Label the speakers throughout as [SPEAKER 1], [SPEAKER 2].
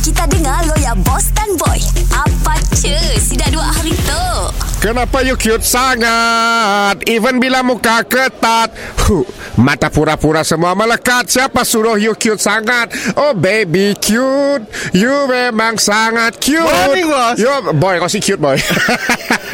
[SPEAKER 1] Kita dengar lo ya Boss dan Boy Apa cuy Si dah dua hari tu
[SPEAKER 2] Kenapa you cute sangat Even bila muka ketat huh, Mata pura-pura semua melekat Siapa suruh you cute sangat Oh baby cute You memang sangat cute
[SPEAKER 3] Morning, boss.
[SPEAKER 2] you, Boy kau si cute boy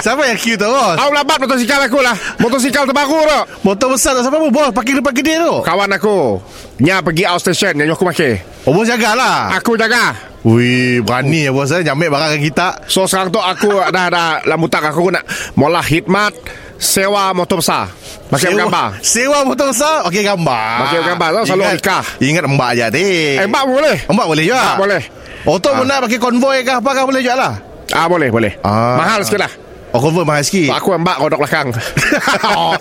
[SPEAKER 3] Siapa yang cute tu, bos?
[SPEAKER 2] Aku lambat motosikal aku lah Motosikal terbaru tu
[SPEAKER 3] Motor besar tak siapa pun, bos. Pakai depan gede tu.
[SPEAKER 2] Kawan aku Nya pergi out station Yang aku pakai
[SPEAKER 3] Oh, bos jagalah.
[SPEAKER 2] Aku jaga
[SPEAKER 3] Wih, berani ya, bos. eh. Nyamik barang kan kita.
[SPEAKER 2] So sekarang tu aku dah dah lambutak aku nak Mula khidmat Sewa motor besar Pakai gambar
[SPEAKER 3] Sewa motor besar. Okey, gambar.
[SPEAKER 2] Pakai gambar tu, selalu
[SPEAKER 3] Ingat-
[SPEAKER 2] nikah.
[SPEAKER 3] Ingat mbak je, adik.
[SPEAKER 2] Eh bak boleh
[SPEAKER 3] Mbak boleh juga?
[SPEAKER 2] Mbak boleh.
[SPEAKER 3] Otok
[SPEAKER 2] Ah.
[SPEAKER 3] pun nak pakai konvoi ke apa ke boleh juga lah.
[SPEAKER 2] Ah boleh boleh
[SPEAKER 3] Ah.
[SPEAKER 2] Mahal sikit lah
[SPEAKER 3] Oh, konvoi mahal sikit.
[SPEAKER 2] Aku embak kau dok belakang
[SPEAKER 3] Oh.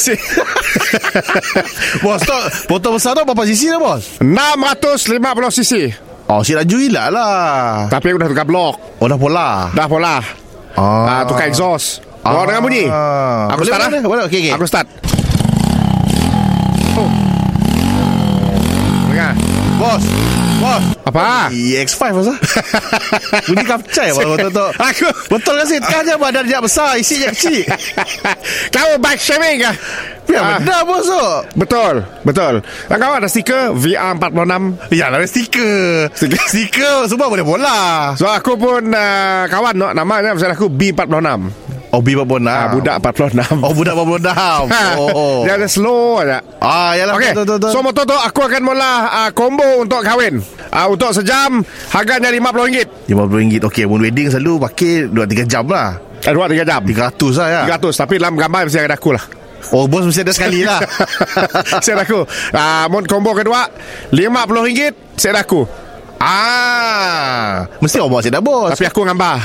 [SPEAKER 3] Si- bos tu Motor besar tu berapa sisi dah bos
[SPEAKER 2] 650cc
[SPEAKER 3] Oh si laju hilang lah
[SPEAKER 2] Tapi aku dah tukar blok
[SPEAKER 3] Oh dah pola
[SPEAKER 2] Dah pola
[SPEAKER 3] Ah,
[SPEAKER 2] ah. Tukar exhaust
[SPEAKER 3] Ah.
[SPEAKER 2] Kau dengar bunyi Aku
[SPEAKER 3] Boleh,
[SPEAKER 2] start
[SPEAKER 3] boleh,
[SPEAKER 2] lah
[SPEAKER 3] boleh. Okey, okey.
[SPEAKER 2] Aku start Oh. Dengar
[SPEAKER 3] Bos Bos
[SPEAKER 2] Apa?
[SPEAKER 3] EX5 bos lah Bunyi kapcai bos Betul tu
[SPEAKER 2] Aku
[SPEAKER 3] Betul kan sih Kan je badan dia besar Isi je kecil
[SPEAKER 2] Kau bike shaming kah?
[SPEAKER 3] Ya
[SPEAKER 2] Ah,
[SPEAKER 3] benar bos tu
[SPEAKER 2] Betul Betul Dan Kau ada stiker VR46
[SPEAKER 3] Ya lah stiker Stiker Stiker Semua boleh bola
[SPEAKER 2] So aku pun uh, Kawan no, Namanya Pasal aku B46
[SPEAKER 3] Oh bibat
[SPEAKER 2] Ah,
[SPEAKER 3] bona
[SPEAKER 2] budak 46
[SPEAKER 3] Oh budak bawa bonam Oh
[SPEAKER 2] Dia ada slow aja.
[SPEAKER 3] Ah ya lah
[SPEAKER 2] Okey. So motor tu aku akan mula uh, combo untuk kahwin. Uh, untuk sejam harganya RM50.
[SPEAKER 3] RM50 Okey Moon wedding selalu pakai 2-3 jam lah
[SPEAKER 2] Eh, dua tiga jam.
[SPEAKER 3] 300 lah ya
[SPEAKER 2] 300 tapi dalam gambar mesti ada aku lah.
[SPEAKER 3] Oh bos mesti ada sekali lah
[SPEAKER 2] Saya ada aku. Ah, uh, combo kedua RM50 saya ada aku.
[SPEAKER 3] Ah Mesti orang bawa sedap bos
[SPEAKER 2] Tapi aku gambar.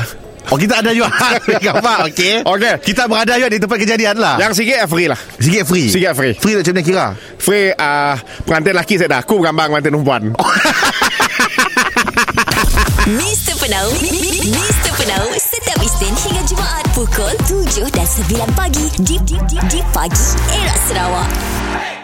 [SPEAKER 3] Oh kita ada juga Gambar okay
[SPEAKER 2] Okey.
[SPEAKER 3] Kita berada juga di tempat kejadian lah
[SPEAKER 2] Yang sikit eh, free lah.
[SPEAKER 3] Sikit free
[SPEAKER 2] Sikit free.
[SPEAKER 3] Free tak macam mana kira
[SPEAKER 2] Free uh, pengantin lelaki saya ada. Aku gambar pengantin perempuan.
[SPEAKER 1] Mr. Penau Mi- Mi- Mi- Mr. Penau Setiap Isnin hingga Jumaat Pukul 7 dan 9 pagi Di, di, di, di pagi Era Sarawak